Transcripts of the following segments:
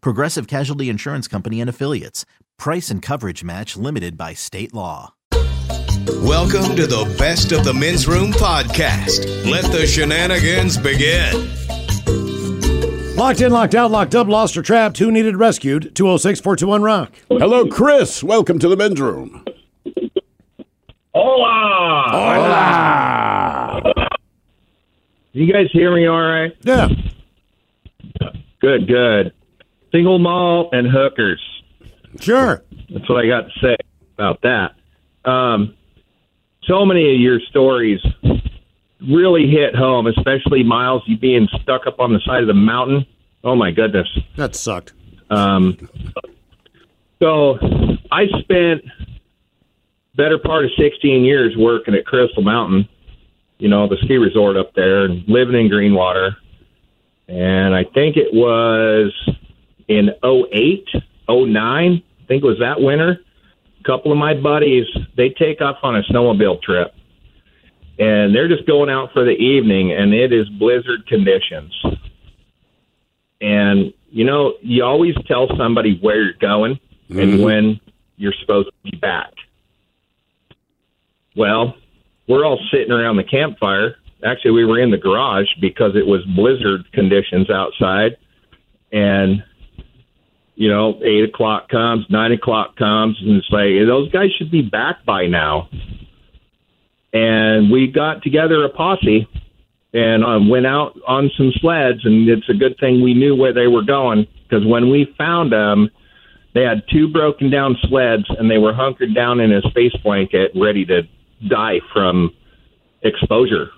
Progressive Casualty Insurance Company and Affiliates. Price and coverage match limited by state law. Welcome to the Best of the Men's Room podcast. Let the shenanigans begin. Locked in, locked out, locked up, lost or trapped. Who needed rescued? 206 421 Rock. Hello, Chris. Welcome to the men's room. Hola! You guys hear me all right? Yeah. Good, good. Single malt and hookers. Sure. That's what I got to say about that. Um, so many of your stories really hit home, especially Miles, you being stuck up on the side of the mountain. Oh, my goodness. That sucked. Um, so I spent better part of 16 years working at Crystal Mountain, you know, the ski resort up there, and living in Greenwater. And I think it was in 08, 09, I think it was that winter. A couple of my buddies, they take off on a snowmobile trip. And they're just going out for the evening, and it is blizzard conditions. And you know, you always tell somebody where you're going and when you're supposed to be back. Well, we're all sitting around the campfire. Actually, we were in the garage because it was blizzard conditions outside, and you know, eight o'clock comes, nine o'clock comes, and it's like those guys should be back by now. And we got together a posse and um, went out on some sleds. And it's a good thing we knew where they were going because when we found them, they had two broken down sleds and they were hunkered down in a space blanket, ready to die from exposure.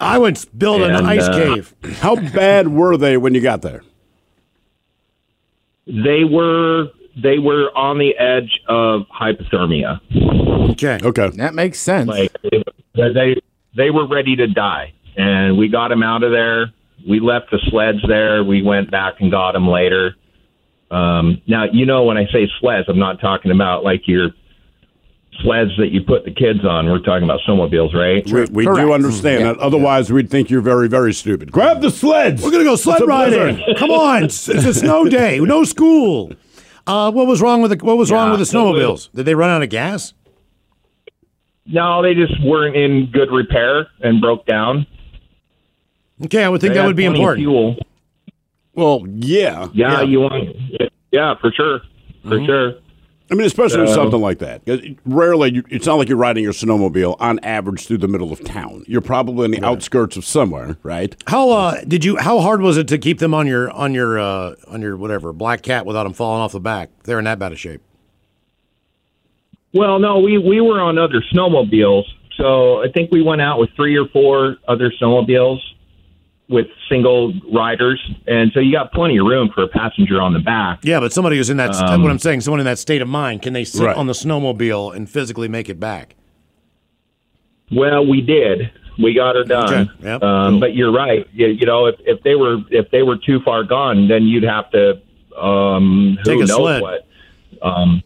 I would build an And, ice uh, cave. How bad were they when you got there? They were they were on the edge of hypothermia. Okay. Okay. That makes sense. Like it- they they were ready to die, and we got them out of there. We left the sleds there. We went back and got them later. Um, now you know when I say sleds, I'm not talking about like your sleds that you put the kids on. We're talking about snowmobiles, right? We, we Correct. do understand Yeah. that. Otherwise, we'd think you're very, very stupid. Grab the sleds. We're going to go sled It's a blizzard. riding. Come on. It's it's a snow day. No school. Uh, what was wrong with the What was wrong Yeah, with the it was- snowmobiles? Did they run out of gas? No, they just weren't in good repair and broke down. Okay, I would think They that had would be plenty of important. Fuel. Well, yeah. Yeah, you want? Yeah, for sure, for Mm-hmm. sure. I mean, especially with So- something like that. 'Cause it- Rarely, you, it's not like you're riding your snowmobile on average through the middle of town. You're probably in the outskirts of somewhere, right? How uh, did you? How hard was it to keep them on your on your uh, on your whatever black cat without them falling off the back? They're in that bad of shape. Well, no, we we were on other snowmobiles, so I think we went out with three or four other snowmobiles with single riders, and so you got plenty of room for a passenger on the back. Um, Yeah, but somebody who's in that. that's what I'm saying. Someone in that state of mind. Can they sit Um, Right. on the snowmobile and physically make it back? Well, we did. We got her done. Okay, yep. Um, but you're right. You, you know, if, if they were if they were too far gone, then you'd have to um, who Take a knows sled. what. Um,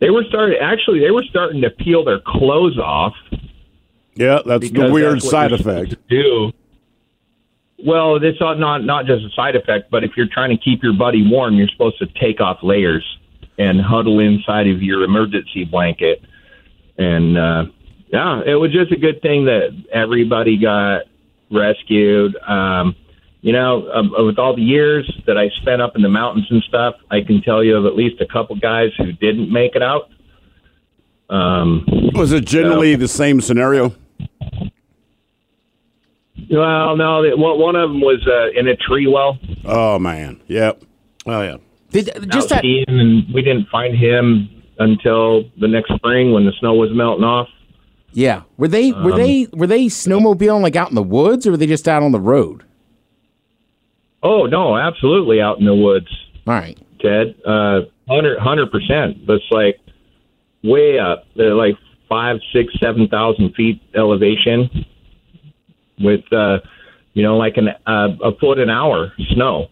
they were starting. Actually, they were starting to peel their clothes off. Yeah, that's because the weird that's what side you're effect. supposed to Do well. It's not not not just a side effect, but if you're trying to keep your buddy warm, you're supposed to take off layers and huddle inside of your emergency blanket. And uh, yeah, it was just a good thing that everybody got rescued. Um, you know, um, with all the years that I spent up in the mountains and stuff, I can tell you of at least a couple guys who didn't make it out. Um, Was it generally the same scenario? well, no, that- one one of them was uh, in a tree well. Oh man, yep. Oh yeah. Did, just out that. skiing, and we didn't find him until the next spring when the snow was melting off. Yeah. Were they were um, they were they snowmobiling like out in the woods or were they just out on the road? Oh no, absolutely out in the woods, All right. Ted. Uh, hundred percent. That's like way up. They're like five, six, seven thousand feet elevation, with uh, you know like an uh, a foot an hour snow.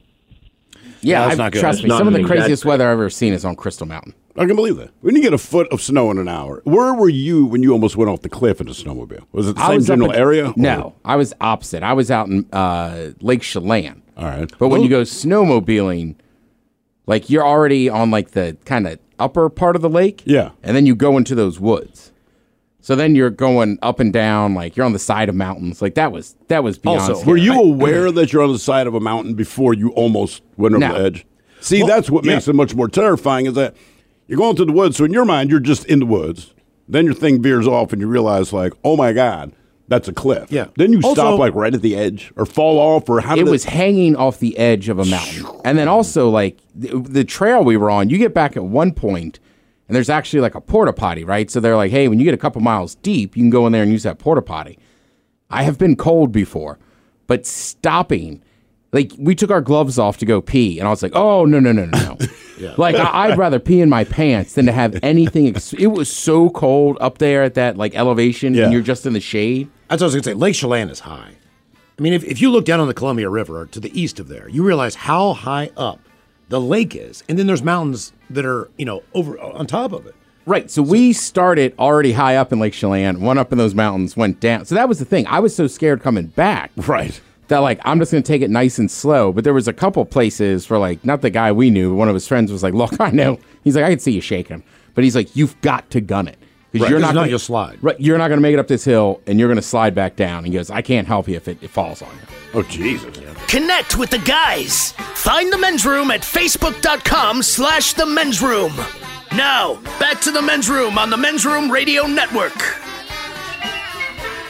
Yeah, that's I've- not good. trust That's me. not Some of the an craziest exact- weather I've ever seen is on Crystal Mountain. I can believe that. When you get a foot of snow in an hour, where were you when you almost went off the cliff in a snowmobile? Was it the I same was up general in- area? No, I was opposite. I was out in uh, Lake Chelan. All right. But when Well, you go snowmobiling, like you're already on like the kind of upper part of the lake. Yeah. And then you go into those woods. So then you're going up and down, like you're on the side of mountains. Like that was that was beyond. Also, scary. Were you aware that you're on the side of a mountain before you almost went over No. the edge? See, that's what makes it much more terrifying is that you're going through the woods. So in your mind, you're just in the woods. Then your thing veers off, and you realize, like, oh my god, that's a cliff. Yeah. Then you Also- stop like right at the edge, or fall off, or how it did was hanging off the edge of a mountain. And then also, like the, the trail we were on, you get back at one point, and there's actually like a porta potty, right? So they're like, hey, when you get a couple miles deep, you can go in there and use that porta potty. I have been cold before, but stopping, like we took our gloves off to go pee, and I was like, oh, no, no, no, no, no. Like I, I'd rather pee in my pants than to have anything. Ex- it was so cold up there at that like elevation, Yeah. and you're just in the shade. That's what I was gonna say. Lake Chelan is high. I mean, if, if you look down on the Columbia River or to the east of there, you realize how high up the lake is, and then there's mountains that are you know over uh, on top of it. Right. So, we started already high up in Lake Chelan, went up in those mountains, went down. So that was the thing. I was so scared coming back right. that like I'm just gonna take it nice and slow. But there was a couple places where like not the guy we knew, one of his friends was like, Look, I know. He's like, I can see you shaking him. But he's like, You've got to gun it. Because Right. 'Cause if not, you'll slide. Right. You're not gonna make it up this hill and you're gonna slide back down. And he goes, I can't help you if it, it falls on you. Oh Jesus. Connect with the guys. Find the men's room at facebook.com slash the men's room. Now, back to the men's room on the men's room radio network.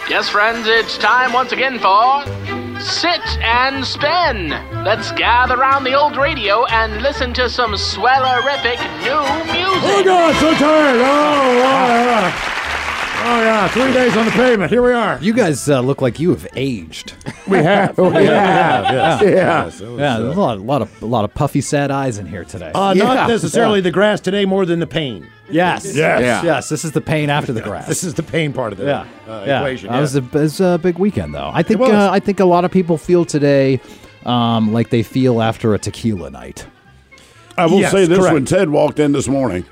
Yes, friends, it's time once again for Sit and Spin. Let's gather around the old radio and listen to some swellerific new music. God, so tired. Oh, yeah. oh yeah, three days on the pavement. Here we are. You guys uh, look like you have aged. We have. We have. Yes. Yes, it was, Yeah, uh, there's a lot, a lot of, a lot of puffy, sad eyes in here today. Uh, Yeah. Not necessarily the grass today, more than the pain. Yes. Yes. Yeah. Yes. This is the pain after the grass. This is the pain part of the yeah. uh, yeah. equation. Uh, yeah. It, was a, it was a big weekend, though. I think. was. Uh, I think a lot of people feel today, um, like they feel after a tequila night. I will Yes, say this: correct. when Ted walked in this morning,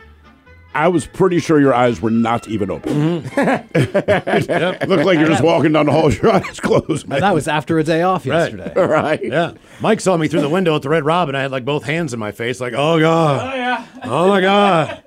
I was pretty sure your eyes were not even open. Mm-hmm. Looked like you're just walking down the hall, your eyes closed. And Man. that was after a day off yesterday. Right? Yeah. Mike saw me through the window at the Red Robin. I had like both hands in my face, like, oh God. Oh, yeah. oh my God.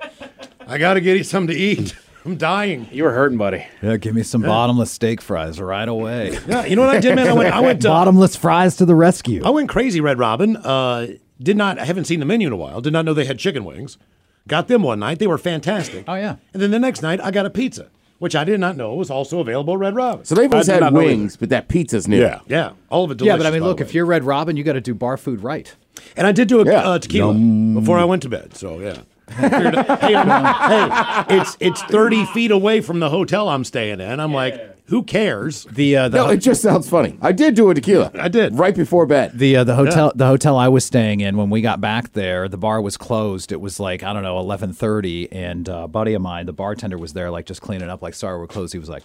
I got to get something to eat. I'm dying. You were hurting, buddy. Yeah, give me some bottomless steak fries right away. Yeah. You know what I did, man? I went, I went, uh, bottomless fries to the rescue. I went crazy, Red Robin. Uh, did not, I haven't seen the menu in a while. Did not know they had chicken wings. Got them one night. They were fantastic. Oh, yeah. And then the next night, I got a pizza, which I did not know was also available at Red Robin. So they've always I did had not know wings, but that pizza's new. Yeah. yeah, all of it yeah, delicious. but I mean, by the look, way. if you're Red Robin, you got to do bar food right. And I did do a Yeah. uh, tequila before I went to bed. So yeah. Figured out- hey, I'm- hey, it's it's 30 feet away from the hotel I'm staying in. I'm like, who cares? The uh, the No, it just sounds funny. I did do a tequila. I did. Right before bed. the uh, the hotel the hotel I was staying in when we got back there, the bar was closed. It was like I don't know eleven thirty, and uh, a buddy of mine, the bartender, was there like just cleaning up. Like, sorry, we're closed. He was like.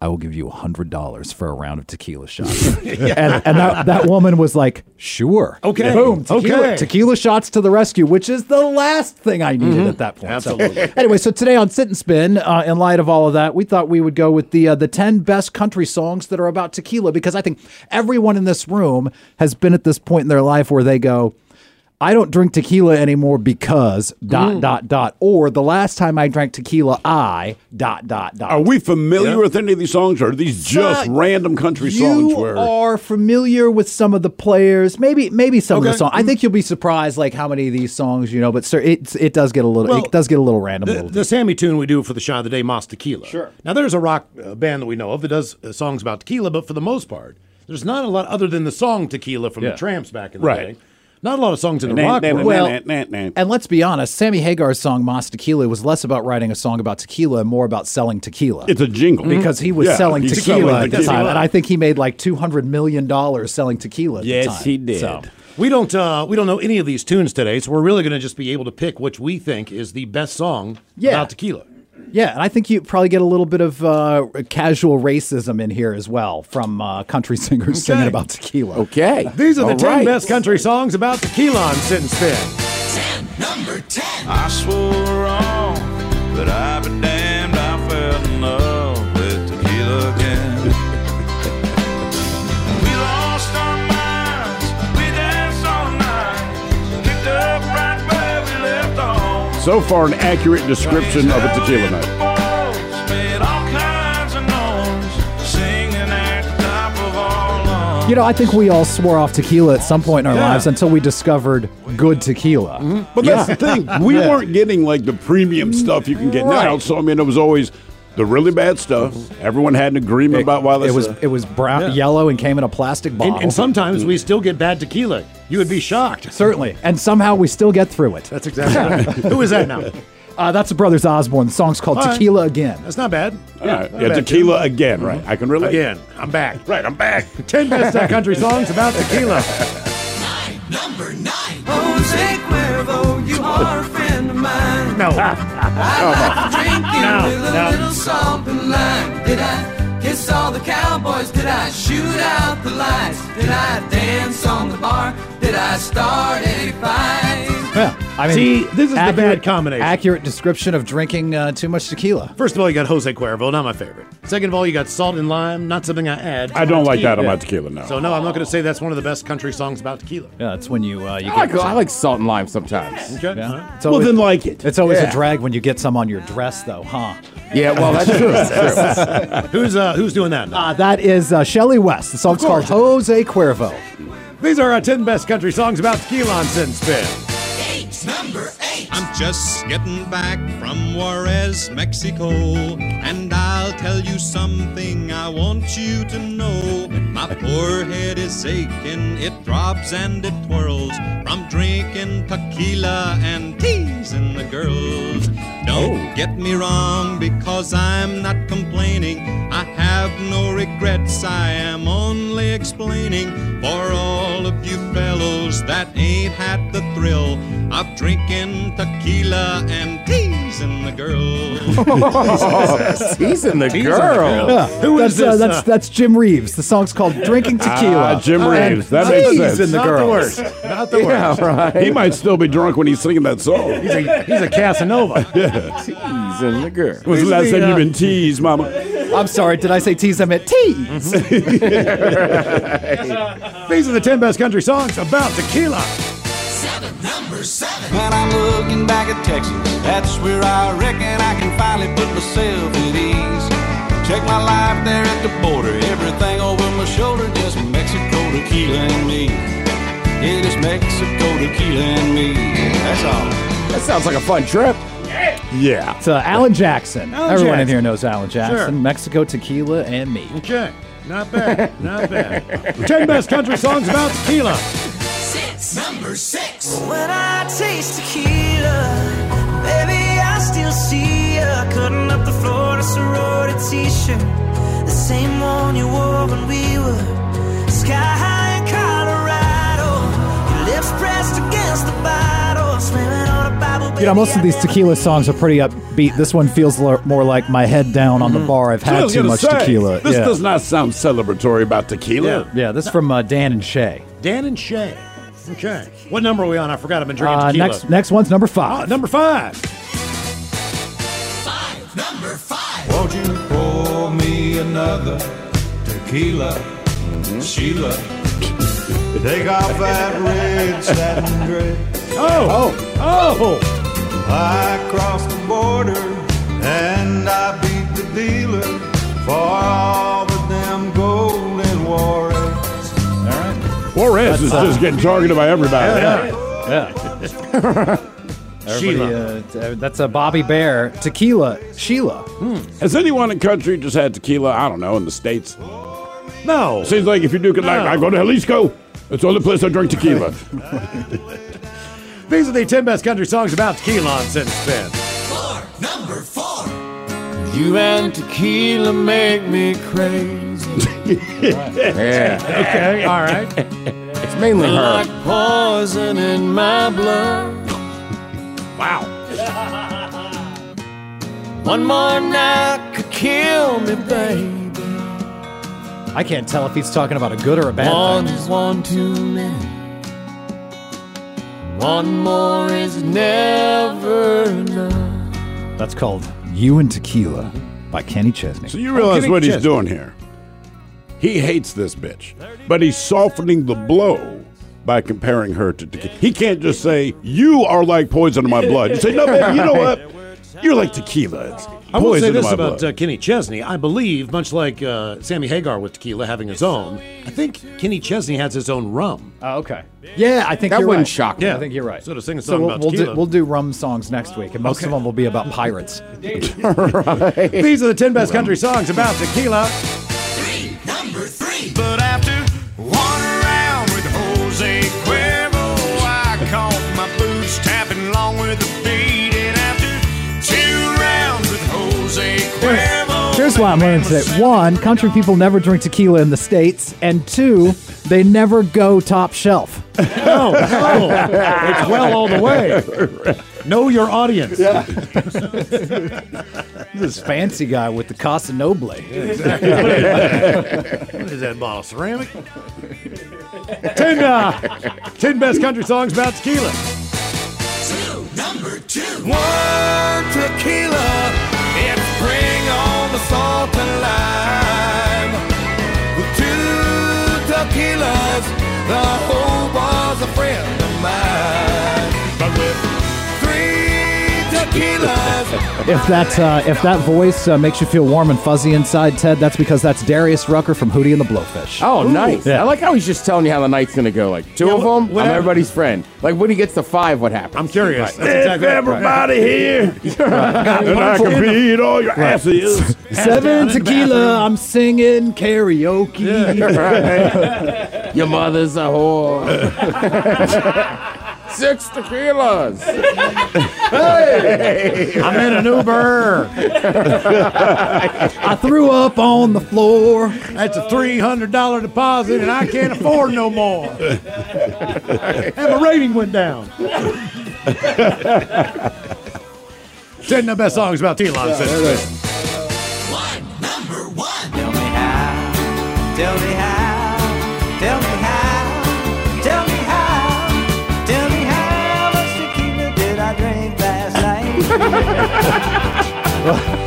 I will give you hundred dollars for a round of tequila shots, and, and that, that woman was like, "Sure, Okay. boom, tequila, Okay. tequila shots to the rescue," which is the last thing I needed at that point. So- Mm-hmm. Absolutely. anyway, so today on Sit and Spin, uh, in light of all of that, we thought we would go with the uh, the ten best country songs that are about tequila because I think everyone in this room has been at this point in their life where they go. I don't drink tequila anymore because dot Mm. dot dot. Or the last time I drank tequila, I dot dot dot. Are we familiar with any of these songs? Or are these just Son, random country songs? you Where are familiar with some of the players, maybe maybe some of Okay. the songs. I Mm-hmm. think you'll be surprised, like how many of these songs you know. But sir, it it does get a little Well, it does get a little random. a The, little the Sammy tune we do for the shot of the day, Moss Tequila. Sure. Now, there's a rock uh, band that we know of that does uh, songs about tequila, but for the most part, there's not a lot other than the song Tequila from Yeah. the Tramps back in the Right. day. Not a lot of songs in the rock world. well, and let's be honest, Sammy Hagar's song "Mas Tequila" was less about writing a song about tequila and more about selling tequila. It's a jingle. Mm-hmm. because he was Yeah, selling he's tequila selling at the tequila. time, and I think he made like two hundred million dollars selling tequila. At Yes, the time. he did. So, We don't uh, we don't know any of these tunes today, so we're really going to just be able to pick which we think is the best song Yeah. about tequila. yeah, and I think you probably get a little bit of uh, casual racism in here as well from uh, country singers singing about tequila. Okay, These are the ten best country songs about tequila on Sit and Spin. Number 10. I swore wrong, but I be damned I fell in love with tequila again. we lost our minds, we danced all night, picked up right where we left off. so far, an accurate description of a tequila night. Made all kinds of noise, singing at the top of our lungs. You know, I think we all swore off tequila at some point in our lives until we discovered good tequila. Mm-hmm. But that's the thing. We weren't getting like the premium stuff you can get now. Right. So I mean, it was always the really bad stuff. Everyone had an agreement about why this it was uh, it was brown, yellow, and came in a plastic bottle. And, and sometimes we still get bad tequila. You would be shocked. certainly, and somehow we still get through it. That's exactly right. Who is that now? Uh, that's the Brothers Osborne. The song's called All right. Tequila Again. That's not bad. All right. not Yeah, bad, tequila again, right? I can relate. Again, I'm back. Right, I'm back. 10 best uh, country songs about tequila. Jose Cuervo, you are a friend of mine. No. I like drinking No, with a no. little salt and lime. Did I kiss all the cowboys? Did I shoot out the lights? Did I dance on the bar? Did I start a fight? Yeah, I mean, See, this is the bad combination. Accurate description of drinking uh, too much tequila. First of all, you got Jose Cuervo, not my favorite. Second of all, you got Salt and Lime, not something I add. I don't like that on my about tequila now. So, no, I'm not going to say that's one of the best country songs about tequila. Yeah, that's when you uh, you I like, get. I like salt and lime sometimes. Okay? yeah. It's well, always, then like it. it's always Yeah. a drag when you get some on your dress, though, huh? Yeah, well, that's true. That's true. Who's uh, who's doing that now? Uh, that is uh, Shelly West. The song's called Jose Cuervo. These are our 10 best country songs about tequila on Sin Spin. I'm just getting back from Juarez, Mexico, and I'll tell you something I want you to know. My poor head is aching, it throbs and it twirls from drinking tequila and teasing the girls. Don't get me wrong, because I'm not complaining. I have no regrets, I am only explaining for all of you fellows that ain't had the thrill of drinking tequila and teasing the girls. He's in the Teasing the girl. girl. Who that's, is this? Uh, that's that's Jim Reeves. The song's called Drinking Tequila. Ah, Jim And Reeves. That makes teasing sense. the Not the girls. worst. Not the worst. He might still be drunk when he's singing that song. He's a, he's a Casanova. He's in the girl. When's the He's last the, time uh, you've been teased, Mama? I'm sorry, did I say tease? I meant tease. These are the 10 best country songs about tequila. When I'm looking back at Texas, that's where I reckon I can finally put myself at ease. Check my life there at the border, everything over my shoulder, just Mexico tequila and me. It is Mexico tequila and me. That's all. That sounds like a fun trip. Yeah. It's uh, Alan Jackson. Alan Everyone in Jackson. here knows Alan Jackson. Sure. Mexico Tequila and me. Okay. Not bad. Not bad. 10 best country songs about tequila. Number six. When I taste tequila, baby, I still see ya. Cutting up the Florida sorority t shirt. The same one you wore when we were sky high in Colorado. Your lips pressed against the bottle. Swimming on a Bible. You know, most of these tequila songs are pretty upbeat. This one feels lo- more like my head down on the bar. I've I had was too gonna much say, tequila. This yeah. does not sound celebratory about tequila. yeah, this is from uh, Dan and Shay. Dan and Shay. Okay. What number are we on? I forgot I've been drinking Uh, tequila. next, next one's number Ah, five. number five. Won't you pour me another tequila, Sheila? Take off that red satin dress. Oh! Oh! Oh! I crossed the border and I beat the dealer for all the damn gold in Juarez. All right. Juarez is That's, uh, just getting targeted by everybody. Yeah. Sheila. Uh, t- that's a Bobby Bear tequila. Sheila. Hmm. Has anyone in country just had tequila? I don't know in the states. No. Seems like if you do, it, like No. I go to Jalisco. It's the only place I drink tequila. These are the 10 best country songs about tequila on Sin Spin. Number four. You and tequila make me crazy. Yeah. Okay, all right. It's mainly like her. poison in my blood. Wow. One more night could kill me, baby. I can't tell if he's talking about a good or a bad One thing. is one too many. One more is never enough. That's called You and Tequila by Kenny Chesney. So you realize what he's doing here? He hates this bitch, but he's softening the blow by comparing her to tequila. He can't just say you are like poison in my blood. You say no, baby. You know what? You're like tequila. It's I will say poison in this my about blood. uh, Kenny Chesney. I believe, much like uh, Sammy Hagar with tequila having his own, I think Kenny Chesney has his own rum. Oh, okay. Yeah, I think That you're wouldn't right. shock me. Yeah, I think you're right. So to sing a So song we'll, about we'll do tequila. we'll do rum songs next week, and most of them will be about pirates. These are the 10 best country songs about tequila. But after one round with Jose Cuervo, I caught my boots tapping along with the beat. And after two rounds with Jose Cuervo, Here's why I'm learning today. One, country people never drink tequila in the States. And two, they never go top shelf. No, no. it's well all the way. Know your audience. this fancy guy with the Casa Noble. exactly. What is- what is that bottle? Ceramic? ten, uh, 10 best country songs about tequila. number two. One tequila, it's bring on the salt and lime. With two tequilas, the whole bar's a friend of mine. But with three tequilas, If that uh, if that voice uh, makes you feel warm and fuzzy inside, Ted, that's because that's Darius Rucker from Hootie and the Blowfish. Oh, nice. I like how he's just telling you how the night's going to go. Like, two of them, I'm everybody's friend. Like, when he gets to five, what happens? I'm curious. everybody here, and I Wonderful. can beat all your asses. Seven tequila, I'm singing karaoke. Your mother's a whore. Six tequilas. hey! I'm in an Uber. I threw up on the floor. That's a three hundred dollar deposit, and I can't afford no more. and my rating went down. Ten of the best songs about T-Lon. Tell me how, tell me how, tell me how, tell me how much tequila did I drink last night?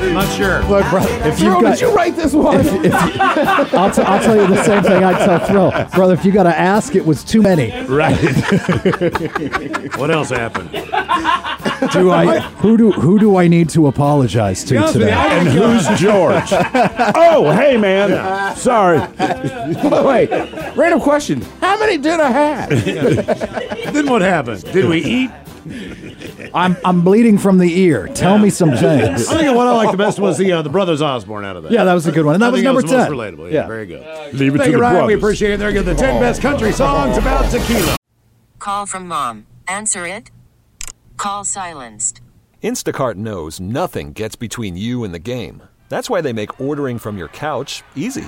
I'm not sure. Look, bro, if you've Jerome, got, did you write this one? If, if, I'll, t- I'll tell you the same thing I'd tell Thrill, brother. If you got to ask, it was too many. what else happened? Do I? Who do who do I need to apologize to today? And who's George? oh, hey, man. Sorry. Wait, random question. How many did I have? then what happened? Did we eat? I'm I'm bleeding from the ear. Tell me some things. I think what I liked the best was the uh, the brothers Osborne out of that. Yeah, that was a good one. And that I was think number the most 10. relatable. Yeah, Oh. Yeah. very good. Leave it Thank to you, the Ryan. We brothers. appreciate it. They're good. The ten best country songs about tequila. Call from mom. Answer it. Call silenced. Instacart knows nothing gets between you and the game. That's why they make ordering from your couch easy.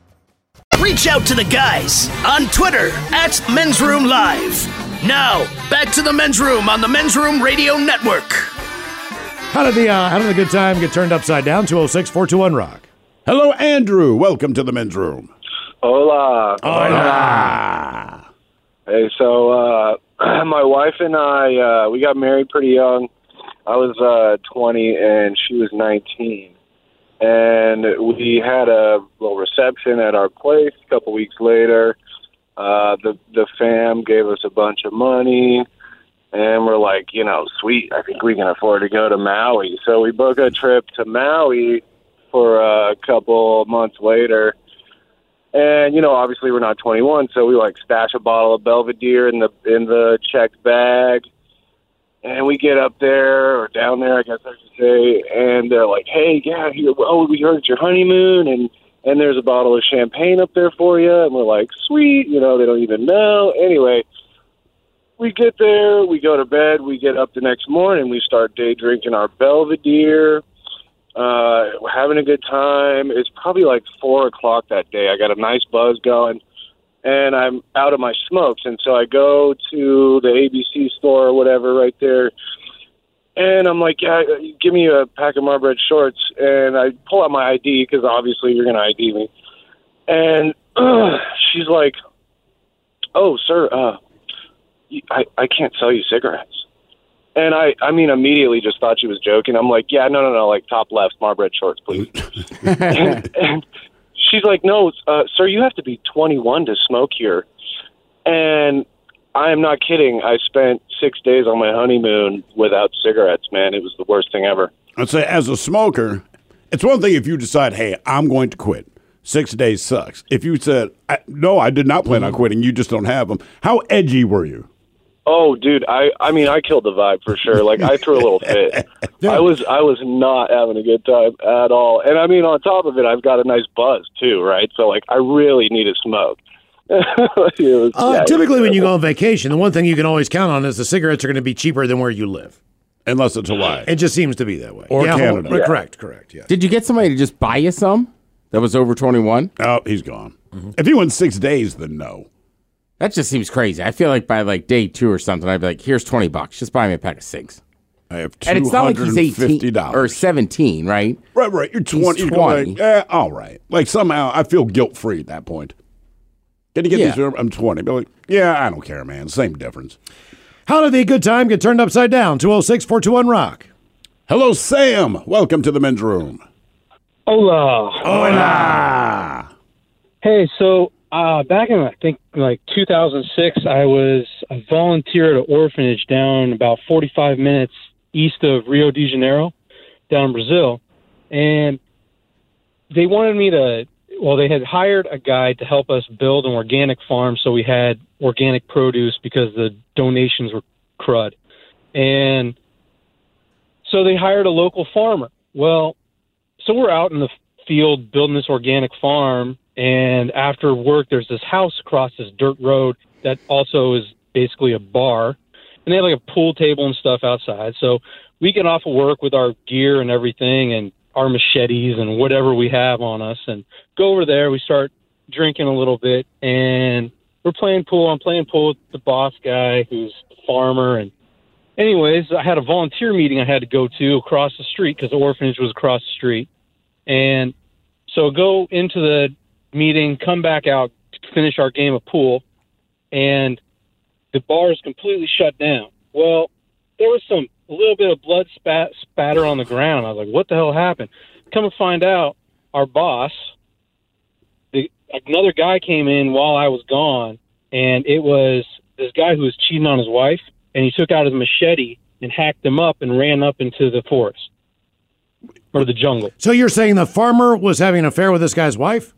Reach out to the guys on Twitter at Men's Room Live. Now, back to the Men's Room on the Men's Room Radio Network. How did the uh, how did the good time get turned upside down? 206 421 Rock. Hello, Andrew. Welcome to the men's room. Hola. Hey, so uh, my wife and I, uh, we got married pretty young. I was uh, 20 and she was 19. And we had a little reception at our place a couple weeks later. Uh, the, the fam gave us a bunch of money. And we're like, you know, sweet, I think we can afford to go to Maui. So we book a trip to Maui for uh, a couple months later. And you know, obviously we're not 21, so we like stash a bottle of Belvedere in the in the checked bag. And we get up there or down there, I guess I should say, and they're like, "Hey, yeah, you, oh, we heard it's your honeymoon, and and there's a bottle of champagne up there for you." And we're like, "Sweet," you know, they don't even know. Anyway, we get there, we go to bed, we get up the next morning, we start day drinking our Belvedere, uh, we're having a good time. It's probably like four o'clock that day. I got a nice buzz going, and I'm out of my smokes, and so I go to the ABC store or whatever right there, and I'm like, yeah, give me a pack of Marlboro Red shorts, and I pull out my ID because obviously you're gonna ID me, and she's like, oh, sir, uh, y- I I can't sell you cigarettes. And I, I mean, immediately just thought she was joking. I'm like, yeah, no, no, no, like top left, smart bread shorts, please. and, and she's like, no, uh, sir, you have to be 21 to smoke here. And I am not kidding. I spent six days on my honeymoon without cigarettes, man. It was the worst thing ever. I'd say, as a smoker, it's one thing if you decide, hey, I'm going to quit. Six days sucks. If you said, I, no, I did not plan on quitting, you just don't have them. How edgy were you? Oh, dude, I, I mean, I killed the vibe for sure. Like, I threw a little fit. I was, I was not having a good time at all. And I mean, on top of it, I've got a nice buzz too, right? So, like, I really need a smoke. It was- Uh, yeah, it was- typically, when you go on vacation, the one thing you can always count on is the cigarettes are going to be cheaper than where you live. Unless it's Hawaii. It just seems to be that way. Or yeah, Canada. well, Yeah. Correct, correct. Yeah. Did you get somebody to just buy you some that was over 21? Oh, he's gone. If he went six days, then no. That just seems crazy. I feel like by like day two or something, I'd be like, here's 20 bucks. Just buy me a pack of cigs. I have And it's not like he's 18 $250. or 17, right? Right, right. You're 20. He's You're going 20. Like, eh, all right. Like, somehow I feel guilt free at that point. Can you get Yeah. these? I'm 20. Be like, yeah, I don't care, man. Same difference. How did the good time get turned upside down? 206 421 Rock. Hello, Sam. Welcome to the men's room. Hola. Hey, so uh, back in I think like 2006, I was a volunteer at an orphanage down about 45 minutes east of Rio de Janeiro, down in Brazil, and they wanted me to. Well, they had hired a guy to help us build an organic farm, so we had organic produce because the donations were crud, and so they hired a local farmer. Well, so we're out in the field building this organic farm and after work there's this house across this dirt road that also is basically a bar and they have like a pool table and stuff outside so we get off of work with our gear and everything and our machetes and whatever we have on us and go over there we start drinking a little bit and we're playing pool i'm playing pool with the boss guy who's the farmer and anyways, I had a volunteer meeting I had to go to across the street because the orphanage was across the street. And so go into the meeting, come back out, finish our game of pool, and the bar is completely shut down. Well, there was some a little bit of blood spat, spatter on the ground. I was like, what the hell happened? Come and find out, our boss, the, another guy came in while I was gone, and it was this guy who was cheating on his wife, and he took out his machete and hacked him up and ran up into the forest or the jungle. So you're saying the farmer was having an affair with this guy's wife?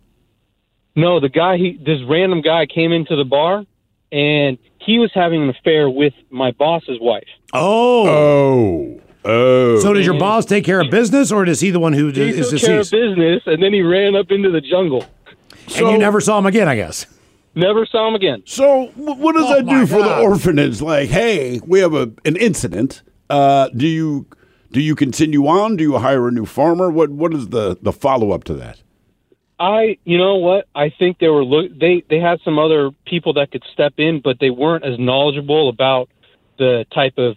No, the guy he this random guy came into the bar and he was having an affair with my boss's wife. Oh. Oh. Oh. So does your boss take care of business, or is he the one who d- He is took care of deceased? business and then he ran up into the jungle. and you never saw him again, I guess. Never saw him again. So what Oh does that do for the orphanage? Like, hey, we have a an incident. Uh, do you do you continue on? Do you hire a new farmer? What what is the the follow up to that? I, you know what? I think they were look. They they had some other people that could step in, but they weren't as knowledgeable about the type of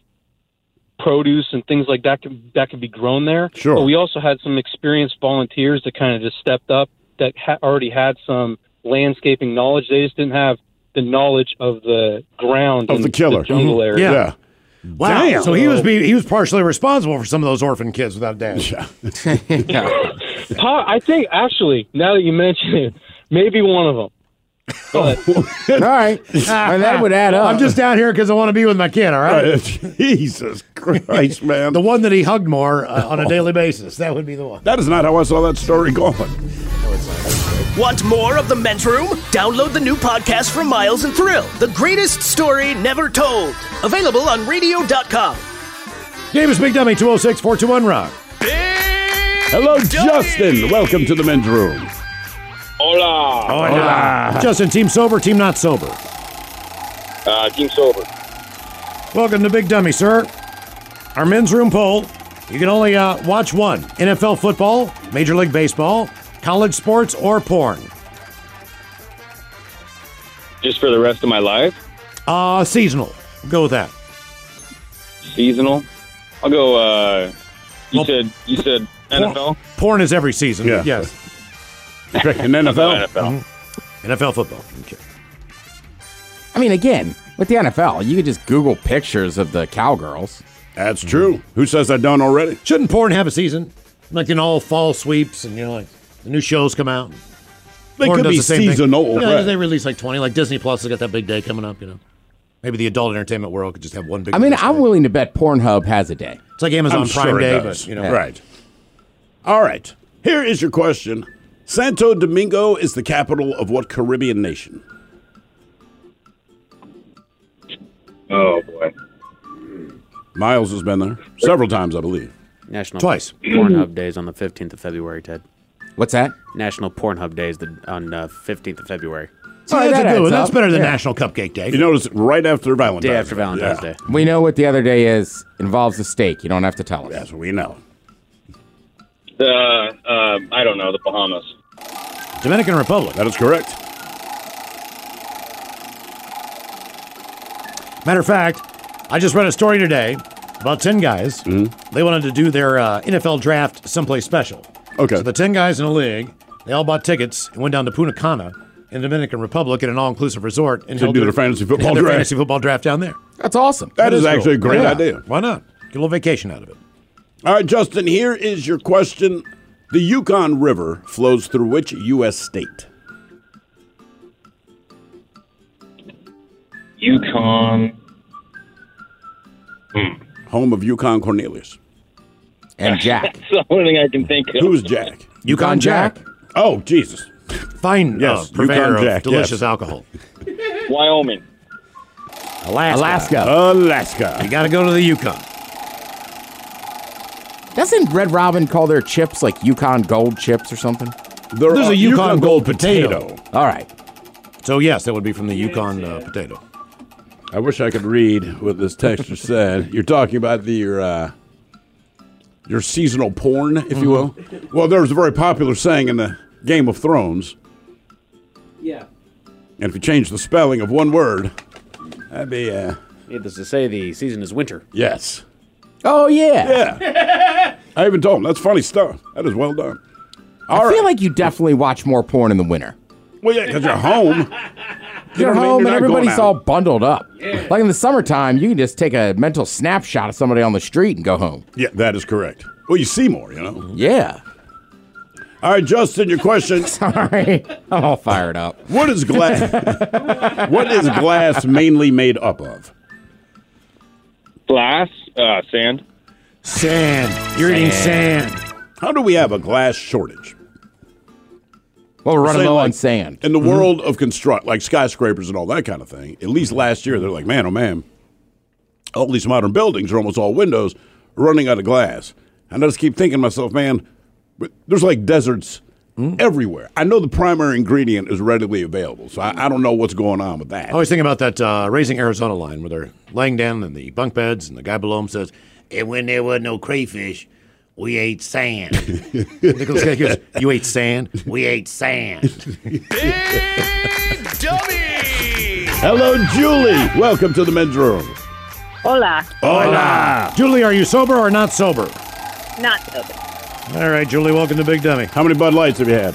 produce and things like that can, that could be grown there. Sure. But we also had some experienced volunteers that kind of just stepped up that ha- already had some landscaping knowledge. They just didn't have the knowledge of the ground Of and the killer. jungle Mhm. area. Yeah. Wow. Damn. So he was be, he was partially responsible for some of those orphan kids without a dad. Pa- I think actually, now that you mention it, maybe one of them. all right. And that would add up. I'm just down here because I want to be with my kid, all right? Jesus Christ, man. the one that he hugged more uh, on a daily basis. That would be the one. That is not how I saw that story going. Want more of the men's room? Download the new podcast from Miles and Thrill, the greatest story never told. Available on radio.com. Davis Big Dummy, 206 421 Rock. Hello, Justin. Welcome to the men's room. Hola. Hola. Justin, team sober, team not sober. Uh, team sober. Welcome to Big Dummy, sir. Our men's room poll. You can only uh, watch one NFL football, Major League Baseball, college sports, or porn. Just for the rest of my life, Uh, seasonal. Go with that. seasonal. I'll go. Uh, you said you said NFL. Porn is every season. Yeah. Yes. In NFL? NFL. NFL football. Okay. I mean, again, with the NFL, you could just Google pictures of the cowgirls. That's true. Who says that done already? Shouldn't porn have a season? Like in all fall sweeps, and you know, like the new shows come out. They Porn could does be the same thing. seasonal, You know, right. They release like twenty. Like Disney Plus has got that big day coming up. You know, maybe the adult entertainment world could just have one big. I mean, I'm willing to bet Pornhub has a day. It's like Amazon I'm Prime sure it Day, does. but, you know. Yeah. Right. All right. Here is your question. Santo Domingo is the capital of what Caribbean nation? Oh boy. Miles has been there several times, I E. believe. National Twice. Pornhub Days on the 15th of February, Ted. What's that? National Pornhub Days the, on uh, 15th of February. Oh, that's a good one. That's better than Yeah. National Cupcake Day. You notice right after Valentine's Day after Valentine's Day. We know what the other day is. Involves a steak. You don't have to tell us. Yes, we know. The um, Uh, I don't know the Bahamas. Dominican Republic. That is correct. Matter of fact, I just read a story today about 10 guys. Hmm? They wanted to do their uh, NFL draft someplace special. Okay. So the 10 guys in a league, they all bought tickets and went down to Punta Cana in the Dominican Republic at an all inclusive resort and To held do their fantasy and held football their draft. fantasy football draft down there. That's awesome. That is actually a great idea. Why not? Get a little vacation out of it. All right, Justin, here is your question. The Yukon River flows through which U.S. state? Yukon. Hmm. Home of Yukon Cornelius. And Jack. That's the only thing I can think of. Who's Jack? Yukon Jack. Oh, Jesus. Fine Yes, uh, purveyor Yukon of Jack, delicious yes. alcohol. Wyoming. Alaska. Alaska. Alaska. You got to go to the Yukon. Doesn't Red Robin call their chips like Yukon Gold chips or something? There's a Yukon, gold, potato. All right. So, yes, that would be from the Yukon uh, potato. I wish I could read what this texter said. You're talking about the, your uh, your seasonal porn, if you will. Well, there was a very popular saying in the Game of Thrones, Yeah. and if you change the spelling of one word, that'd be uh, Needless to say, the season is winter. yes. Oh yeah. Yeah. I even told him that's funny stuff. That is well done. I feel like you definitely watch more porn in the winter. Well, yeah, because you're You're home. know what I mean? home You're and not going everybody's out. all bundled up. Like in the summertime, you can just take a mental snapshot of somebody on the street and go home. Yeah, that is correct. Well, you see more, you know. Yeah. All right, Justin, your question. Sorry, I'm all fired up. What is glass? what is glass mainly made up of? Glass, uh, sand. Sand. You're eating sand. How do we have a glass shortage? Well, we're running Say, low like, on sand. In the Mm-hmm. world of construct, like skyscrapers and all that kind of thing, at least last year, they're like, man, oh man, all these modern buildings are almost all windows running out of glass. And I just keep thinking to myself, man, but there's like deserts Mm-hmm. everywhere. I know the primary ingredient is readily available, so I, I don't know what's going on with that. I always think about that uh, Raising Arizona line where they're laying down in the bunk beds and the guy below them says, And when there was no crayfish, we ate sand. Nicholas Cage goes, You ate sand? We ate sand. Hello, Julie. Welcome to the men's room. Hola. Hola. Julie, are you sober or not sober? Not sober. All right, Julie, welcome to Big Dummy. How many Bud Lights have you had?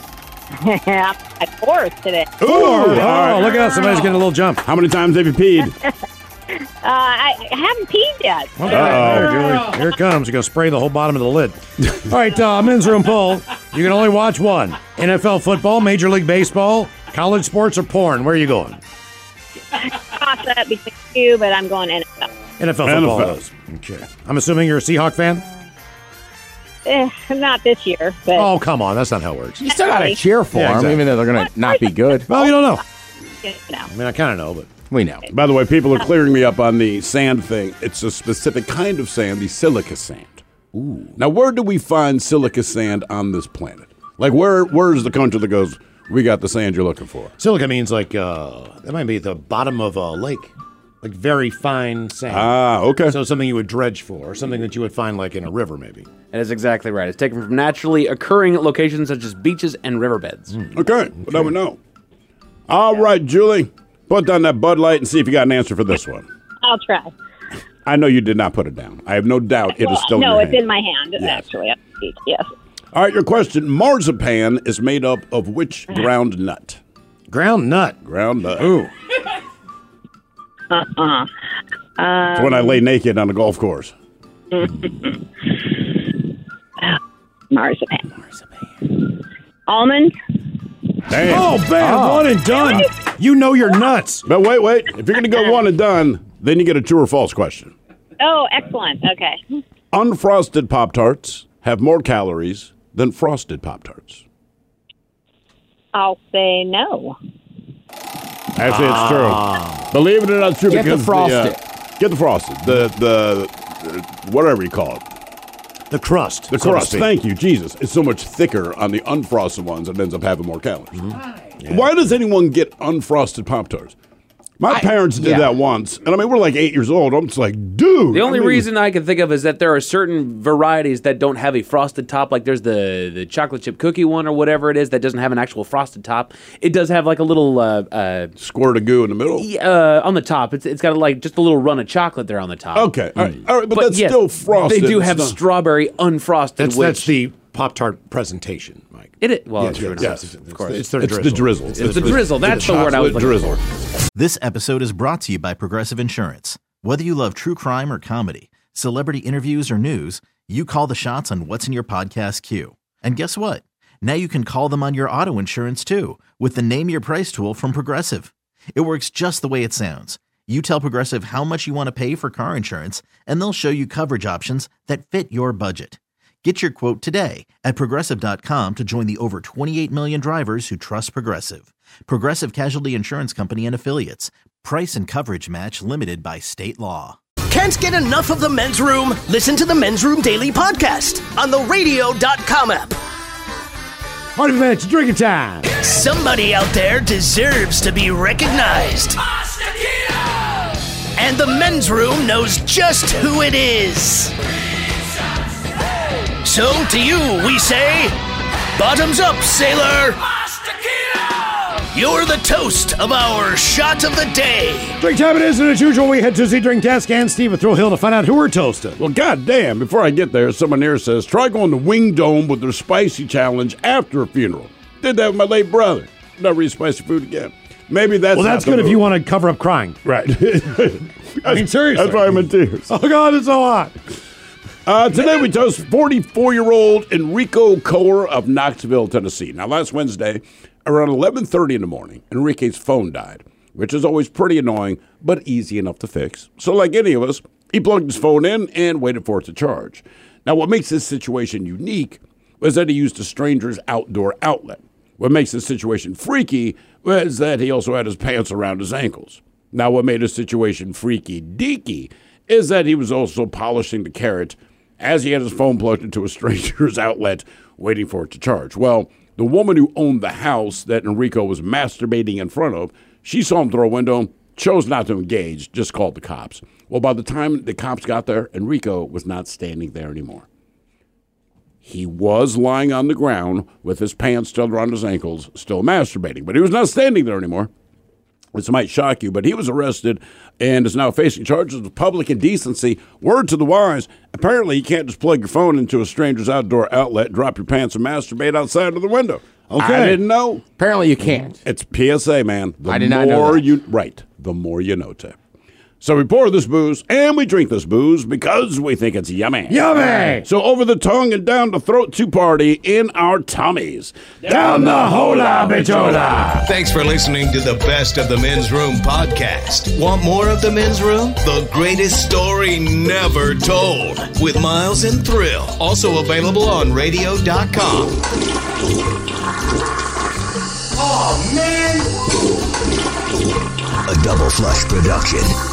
I forced today. Ooh, all right. Oh, look at that. Somebody's getting a little jump. How many times have you peed? Uh, I, I haven't peed yet. Okay. There, Julie. Here it comes. You're going to spray the whole bottom of the lid. All right, uh, men's room poll. You can only watch one NFL football, Major League Baseball, college sports, or porn. Where are you going? Toss up between two, but I'm going NFL. NFL football. NFL. Okay. I'm assuming you're a Seahawk fan? Eh, not this year, but Oh, come on. That's not how it works. You still gotta cheer for 'em, even though they're going to not be good. Well, you don't know. you know. I mean, I kind of know, but we know. By the way, people are clearing me up on the sand thing. It's a specific kind of sand, the silica sand. Ooh. Now, where do we find silica sand on this planet? Like, where where is the country that goes, we got the sand you're looking for? Silica means like uh, that might be the bottom of a lake, like very fine sand. Ah, okay. So something you would dredge for, or something that you would find like in a river, maybe. That is exactly right. It's taken from naturally occurring locations such as beaches and riverbeds. Hmm. Okay, well, now we know. All right, Julie, put down that Bud Light and see if you got an answer for this one. I'll try. I know you did not put it down. I have no doubt it is Well, still in no, your it's hand. in my hand, Yes. actually. Yes. All right, your question. Marzipan is made up of which ground nut? Ground nut. Ground nut. Ooh. Uh-uh. It's when I lay naked on a golf course. Um, Marzipan. Almond. Damn. Ah. Oh, bam, Oh. one and done. You know you're nuts. But wait, wait. If you're going to go one and done, then you get a true or false question. Oh, excellent. Okay. Unfrosted Pop Tarts have more calories than frosted Pop Tarts. I'll say no. Actually, Ah. it's true. Believe it or not, it's true. Get the because frosted. uh, get the frosted. The, the, the- whatever you call it. The crust. The so to crust. speak. Thank you, Jesus. It's so much thicker on the unfrosted ones and ends up having more calories. Why does anyone get unfrosted Pop Tarts? My parents did yeah. that once, and I mean, we're like eight years old. I'm just like, dude. The only I mean- reason I can think of is that there are certain varieties that don't have a frosted top. Like there's the the chocolate chip cookie one or whatever it is that doesn't have an actual frosted top. It does have like a little uh, uh, squirt of goo in the middle. Uh, on the top, it's it's got like just a little run of chocolate there on the top. Okay, all right, all right, but that's yes, still frosted. They do It's have not- strawberry unfrosted. That's which that's the Pop Tart presentation, Mike. It is- well, Yes, true yes, enough. yes, Of course. It's, their It's drizzle. the drizzle. It's the drizzle. That's the word I was looking for. This episode is brought to you by Progressive Insurance. Whether you love true crime or comedy, celebrity interviews or news, you call the shots on what's in your podcast queue. And guess what? Now you can call them on your auto insurance too with the Name Your Price tool from Progressive. It works just the way it sounds. You tell Progressive how much you want to pay for car insurance, and they'll show you coverage options that fit your budget. Get your quote today at progressive.com to join the over 28 million drivers who trust Progressive. Progressive Casualty Insurance Company and Affiliates. Price and coverage match limited by state law. Can't get enough of the men's room? Listen to the men's room daily podcast on the radio.com app. Party man, it's drinking time. Somebody out there deserves to be recognized. And the men's room knows just who it is. So to you, we say, Bottoms up, sailor! You're the toast of our shot of the day. Drink time it is, and as usual, we head to the drink desk and Steve at Thrill Hill to find out who we're toasting. Well, goddamn! Before I get there, someone here says try going to Wing Dome with their spicy challenge after a funeral. Did that with my late brother. Never eat spicy food again. Maybe that's well, not that's the good if move. you want to cover up crying. Right. I mean, seriously. That's why I'm in tears. Oh, God, it's so hot. Uh, today we toast 44 year old Enrico Coer of Knoxville, Tennessee. Now, last Wednesday, around 11:30 in the morning, Enrique's phone died, which is always pretty annoying, but easy enough to fix. So, like any of us, he plugged his phone in and waited for it to charge. Now, what makes this situation unique was that he used a stranger's outdoor outlet. What makes this situation freaky was that he also had his pants around his ankles. Now, what made his situation freaky deaky is that he was also polishing the carrot as he had his phone plugged into a stranger's outlet, waiting for it to charge. Well, the woman who owned the house that Enrico was masturbating in front of, she saw him through a window, chose not to engage, just called the cops. Well, by the time the cops got there, Enrico was not standing there anymore. He was lying on the ground with his pants still around his ankles, still masturbating, but he was not standing there anymore. This might shock you, but he was arrested and is now facing charges of public indecency. Word to the wise apparently, you can't just plug your phone into a stranger's outdoor outlet, drop your pants, and masturbate outside of the window. Okay. I didn't know. Apparently, you can't. It's PSA, man. The I did not more know that. you right, the more you know, Tip. So we pour this booze and we drink this booze because we think it's yummy. Yummy! So over the tongue and down the throat to party in our tummies. Down the hola, bichola. Thanks for listening to the Best of the Men's Room podcast. Want more of the Men's Room? The greatest story never told with Miles and Thrill. Also available on radio.com. Oh, man. Oh, A double flush production.